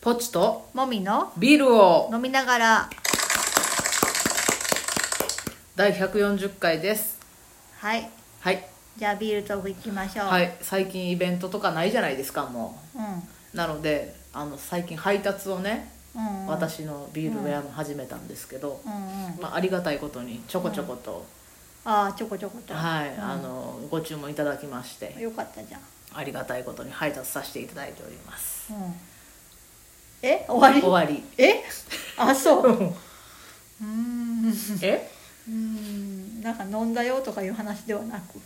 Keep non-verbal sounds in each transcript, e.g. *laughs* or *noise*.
ポチともみのビールを飲みながら第140回ですはいはいじゃあビールトーク行きましょう、はい最近イベントとかないじゃないですかもうん、うなのであの最近配達をね、うんうん私のビールウェアも始めたんですけど、うんうんまあ、ありがたいことにちょこちょこと、ああちょこちょこと、はい、あのご注文いただきましてよかったじゃん、ありがたいことに配達させていただいておりますうん、え終わり終わ *laughs* りえあそううーんうえーんなんか飲んだよとかいう話ではなく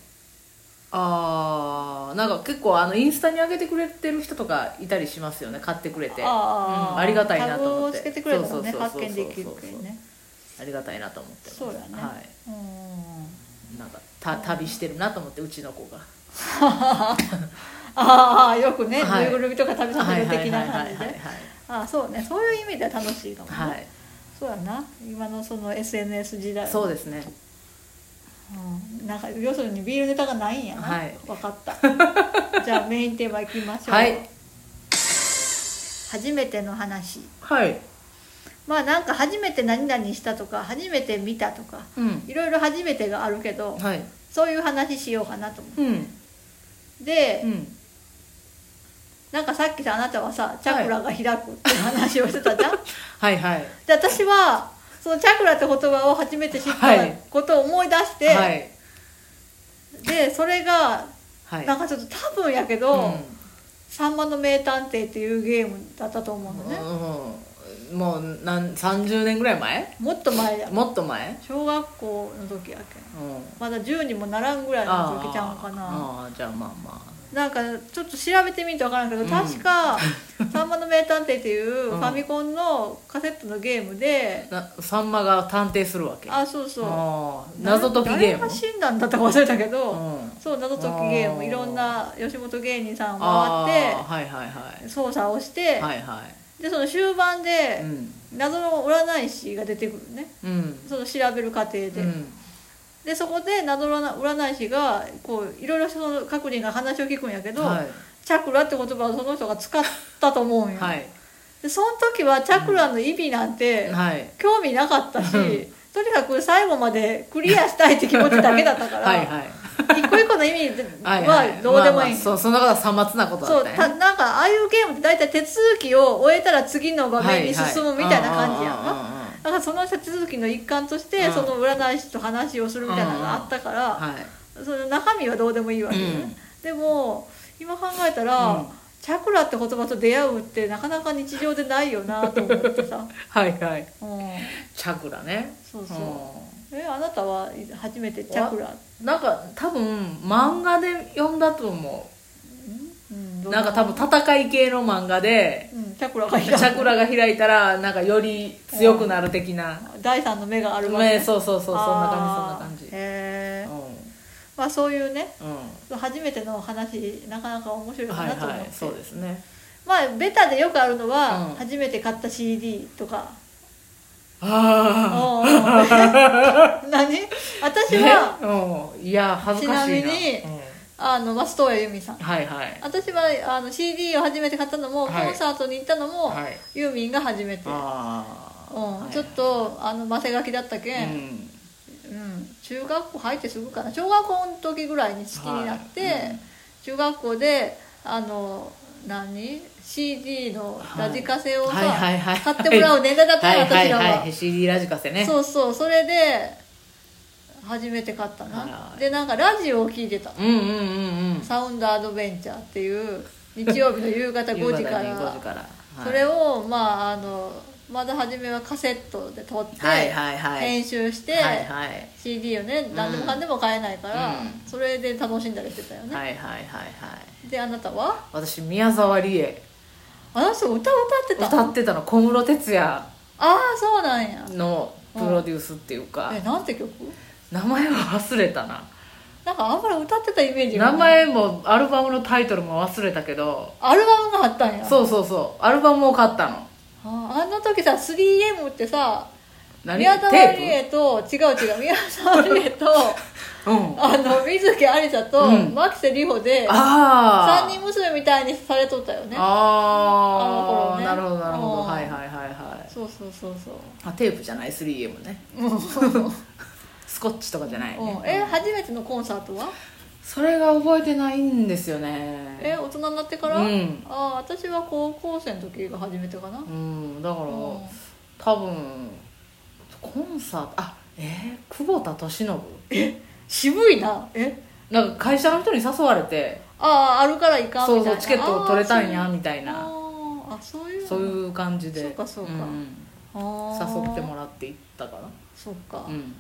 あーなんか結構あのインスタに上げてくれてる人とかいたりしますよね買ってくれてあーうんありがたいなと思ってタグをつけてくれたもんねそうそうそう発そう見できるけどねありがたいなと思ってますそうやね、はうんい、なんかた旅してるなと思ってうちの子がああよくね、はいぬいぐるみとか食べさせる的な感じはいでああそうねそういう意味では楽しいかもね、はいはいはいはいそうやな今のその SNS 時代はそうですねうん、なんか要するにビールネタがないんやな、はい分かった *laughs* じゃあメインテーマいきましょう、はい初めての話はいまあなんか初めて何々したとか初めて見たとかうんいろいろ初めてがあるけどはいそういう話しようかなと思うんうで、うんなんかさっきさあなたはさチャクラが開くって話をしてたじゃん、はいはいで私はそのチャクラって言葉を初めて知っはたいことを思い出して、はいでそれがはいなんかちょっと多分やけど、さんまの名探偵っていうゲームだったと思うのね、うん、もうなん30年ぐらい前もっと前やもっと前、小学校の時やけんうん、まだ10にもならんぐらいの時ちゃうんかなあーあーじゃあまあまなんかちょっと調べてみると分からんけど、うん *laughs* 確か「さんまの名探偵」っていううフんァミコンのカセットのゲームで、あなさんまが探偵するわけあそうそうあー謎解きゲ誰ームが死んだんだったか忘れたけど、うんそう謎解きゲームあーいろんな吉本芸人さんをあ回ーはいはいはって操作をして、いはいはいでその終盤うでん謎の占い師が出てくるねうんその調べる過程で、うんでそこで謎の占い師がこういろいろその各人が話を聞くんやけど、はチャクラって言葉をその人が使ったと思うんいよ、はいでその時はチャクラの意味なんてはい興味なかったし、うんとにかく最後までクリアしたいって気持ちだけだったからはいはい一個一個の意味はいはいはどうでもいい、まあまあそうそんなことはさまつなことだそっうたよねたなんかああいうゲームって大体手続きを終えたら次の場面に進むみたいな感じやんはいか、はだからその手続きの一環としてうんその占い師と話をするみたいなのがあったからいその中身はどうでもいいわけよね、でも今考えたら、うんチャクラって言葉と出会うってなかなか日常でないよなと思って *laughs* さ、はいはいうん、チャクラねそうそう、えあなたは初めてチャクラ、うんなんか多分漫画で読んだと思うんうなんか多、分戦い系の漫画でどんうん、チャクラがチャクラが開いたらなんかより強くなる的な第三の目があるわねけそうそうそうそんなあー感じそんな感じへえまあそういうねうんうん初めての話なかなか面白いかはいなと思って、はいそうですねまあベタでよくあるのは、うん初めて買った CD とか、あおうお *laughs* う何私はあうんいや恥ずかしいなちなみにうんあの松任谷由実さんはいはい私はあの CD を初めて買ったのも、はいコンサートに行ったのも、はいユーミンが初めて、うんああちょっとあのマセガキだったけ、うんんうん中学校入ってすぐかな小学校の時ぐらいに好きになって、はいうん中学校であの何 CD のラジカセをさ、はいはいはいは買いってもらう年代だったはの、いは私いらは、はい CD ラジカセねそうそうそれで初めて買ったなはいでなんかラジオを聞いてたうんうんうんうん「サウンドアドベンチャー」っていう日曜日の夕方5時から夕方に5時からはいそれをまああのまだ初めはカセットで撮って、はいはいはい編集して、はいはい CD をね何でもかんでも買えないから、うんそれで楽しんだりしてたよね、はいはいはいはいであなたは私宮沢りえあの人歌歌ってた歌ってたの小室哲哉ああそうなんやのプロデュースっていうかえなんて曲名前は忘れたななんかあんまり歌ってたイメージが名ない前もアルバムのタイトルも忘れたけどアルバムがあったんやそうそうそうアルバムを買ったのああの時さ 3M ってさ何宮沢りテえと違う違う宮沢り *laughs* えとープうんあの水木ありさと、うん牧瀬里穂でああ三人娘みたいにされとったよねああの頃あ、ねなるほどなそうそうあテープじゃない 3M ねうんそうそう、スコッチとかじゃない、ねうん、え初めてのコンサートはそれが覚えてないんですよねえ大人になってから、うんああ私は高校生の時が初めてかな、うんだから、うん多分コンサートあえー、久保田利伸渋いなえなんか会社の人に誘われてあああるからいかんそみうたそいなうチケットを取れたんやあーみたいなそうあーあそういうのそういう感じでそうかそうかんあー誘ってもらって行ったかそうかな、うん、うんうんうん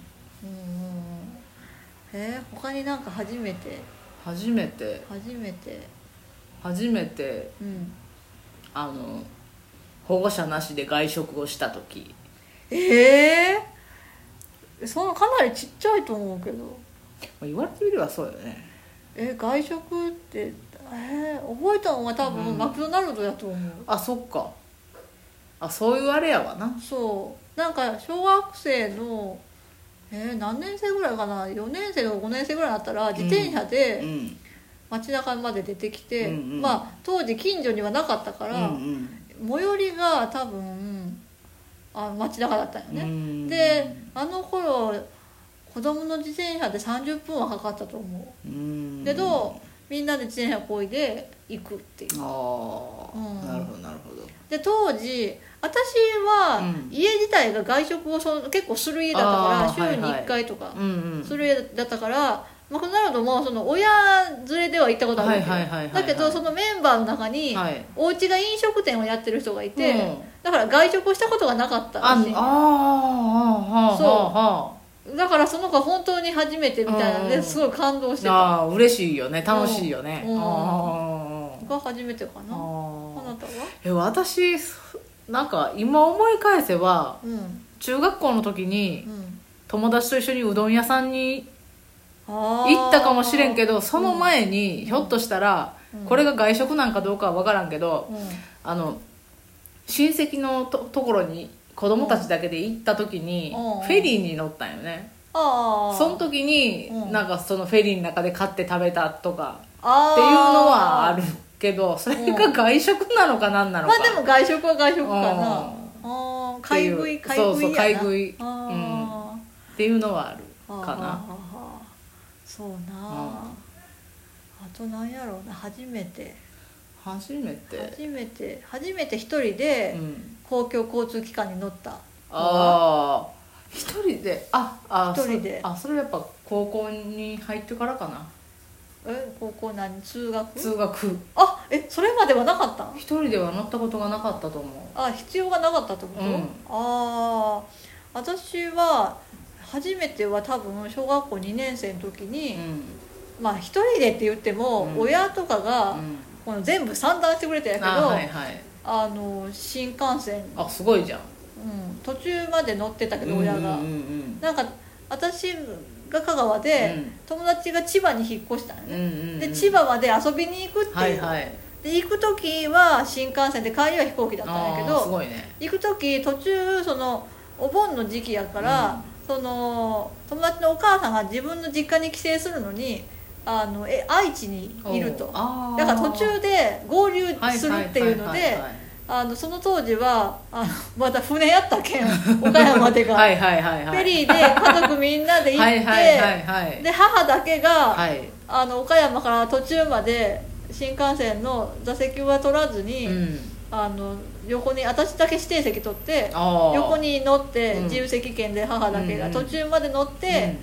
えー、他になんか初めて初めて初めて初めてうんあの保護者なしで外食をした時ええー、そのかなりちっちゃいと思うけどまあ言われてみればそうよねえ外食ってえー、覚えたのは多う分んマクドナルドやと思う、あそっかあそういうあれやわなそうなんか小学生のえー、何年生ぐらいかな4年生とか5年生ぐらいになったら自転車で、うん街中まで出てきて、うんうんまあ当時近所にはなかったかうら、ん最寄りが多分あ街中だったようんうね、んであの頃子供の自転車で30分はかかったと思うんうけど、みんなで自転車こいで行くっていうああ、うんなるほどなるほどで当時私はうん家自体が外食をその結構する家だったからあー週にはいはい1回とかうんうんする家だったからマクドナルドもその親連れでは行ったことあるんはいはいはいはいはいだけどそのメンバーの中に、はいお家が飲食店をやってる人がいて、うんだから外食をしたことがなかったあらしあああああそうあいだからその子は本当に初めてみたいなのうでんすごい感動してたああ嬉しいよね楽しいよねうんあが初めてかあああなああなあたはえ私なんか今思い返せばうん中学校の時にうん友達と一緒にうどん屋さんにあー行ったかもしれんけどその前にひょっとしたら、うんこれが外食なんかどうかは分からんけど、うんあの親戚のとところに子供たちだけで行った時にうんフェリーに乗ったんよねああその時にうんなんかそのフェリーの中で買って食べたとかあーっていうのはあるけどそれが外食なのか何なのまかあでも外食は外食かなうあんあ買い食いってい買ういそ食いやなうそう買い食いあっていうのはあるー、かははなはそうなあとなんやろうな初めて初めて、初めて初めて一人でうん、公共交通機関に乗ったああ一人でああ一人でそあそれやっぱ高校に入ってからかなえ高校何通学通学あえそれまではなかったん一人では乗ったことがなかったと思うあ必要がなかったってこと、うんああ私は初めては多分小学校2年生の時に、うまあ一人でって言っても、うん親とかが、ん、この全部算段してくれたんやけどああ,、はいはいの新幹線、あすごいじゃんうん、途中まで乗ってたけど親が、うんうんなんか私が香川で、うん友達が千葉に引っ越したんようんうね、んうんで千葉まで遊びに行くっていう、はいはいで行く時は新幹線で帰りは飛行機だったんやけあーすどごいね行く時途中そのお盆の時期やから、その友達のお母さんが自分の実家に帰省するのにあのえ愛知にいるとおーあーだから途中で合流はいするっていうのははではいあのその当時はあのまだ船やっ *laughs* たけん岡山までが、はいはいはいはいフェリーで家族みんなで行っはていはいはいはいで母だけが、はいあの岡山から途中まで新幹線の座席は取らずに、うんあの横に私だけ指定席取ってあー横に乗ってうん自由席券で母だけが、うんうん途中まで乗って、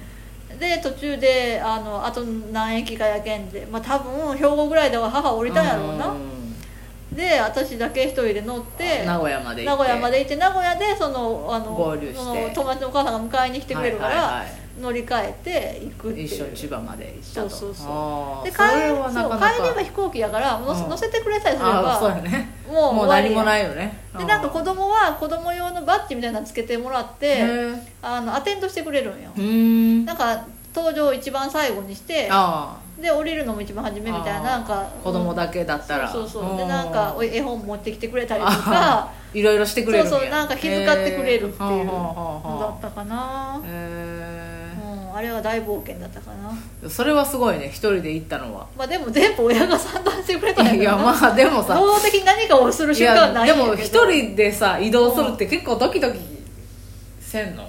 で途中であのあと何駅かやけんで、まあ、多分兵庫ぐらいでは母降うんりたんやろうな、んで私だけ一人で乗って名古屋まで行っ名て古屋まで行って名古屋でそのあの合流してその友達のお母さんが迎えに来てくれるから、はいはいは乗り換えて行くっていいう一緒に千葉まで行ったとそうそうそうあーで帰それりはなそかうなか帰りは飛行機やから乗せ,、うん乗せてくれさえすれあーそうばやねもうもう終わり何やもないよねでなんか子っ供は子供用のバッジみたいなのつけてもらってあのアテンドしてくれるんようーんなんか登場一番最後にしてあで降りるのも一番初めみたいなあーなんかー子供だけだったらそうそうそううでなんかお絵本持ってきてくれたりとあ *laughs* かいろいろしてくれるやそうそうなんか気遣ってくれるっていうへーはあだはったかなあはあへうん、あれは大冒険だったかなーそれはすごいね一人で行ったのはまあでも全部親が算段してくれたんやいけやどま *laughs* あでもさ能動的に何かをするい瞬間はやないでんやけども一人でさ移動するって結構ドキドキせんの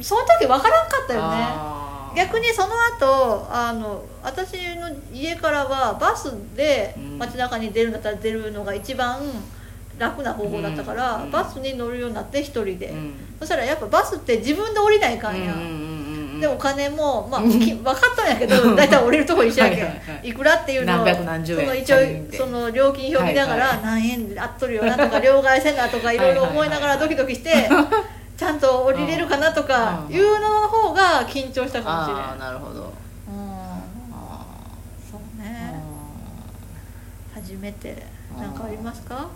その時わからんかったよねあー逆にその後あの私の家からはバスでうん街中に出るんだったら出るのが一番楽な方法だったから、うんバスに乗るようになって一人で、うんそしたらやっぱバスって自分で降りないかんや、うんうんうんうんでお金も、まあ、うんき分かったんやけど大体降りるとこ一緒やけんはいはいはいくらっていうのを何百何十円その一チャリンっ応てその料金表見ながら、はいは何円で合っとるよなとか両替せんなとかいろいろ思いながらドキドキして *laughs* ちゃんと降りれるかなとかうんいうのの方が緊張したかもしれあなあなるほどいあうんそうーね初めて何かありますか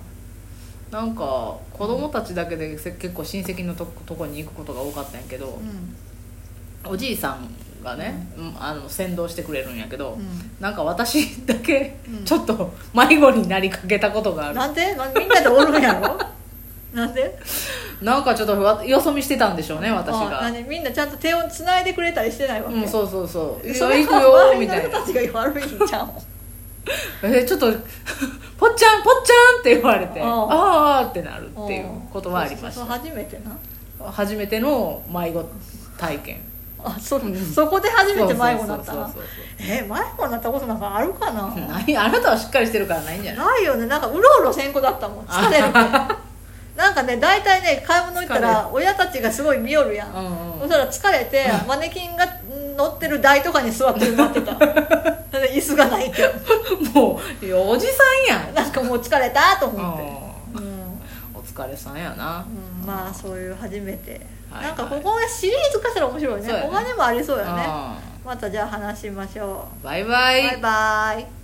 なんか子供たちだけでせ結構親戚のとことこに行くことが多かったんやけど、うんおじいさんがね、うんあの先導してくれるんやけど、うんなんか私だけうんちょっと迷子になりかけたことがある、なんでなんみんなでおるんや *laughs* ろなんでなんかちょっとわよそ見してたんでしょうね私あが何みんなちゃんと手をつないでくれたりしてないわけ、うんそうそうそうそれ行くはよ周りみたのい人なたちが悪いんじゃんえちょっと *laughs* 「ぽっちゃんぽっちゃん」って言われてうあんあああってなるっていうことはありましそうそうそう初めてなた初めての迷子体験あそ,、うんそこで初めて迷子になったそうなそうそうそうえ迷子になったことなんかあるかな *laughs* ないあなたはしっかりしてるからないんじゃないないよねなんかうろうろせんこだったもん疲れるねなんかね大体ね買い物行ったら親たちがすごい見よるやん、 *laughs* うんうそんしたら疲れてマネキンが乗ってる台とかに座って待って *laughs* たそれで椅子がないけどもういやおじさんやんなんかもう疲れたと思ってううんんお疲れさんやなうんまあそういう初めて、はいなんかここがシリーズ化したら面白いねそうやね他にもありそうやねうまたじゃあ話しましょんバイうバイバイバイ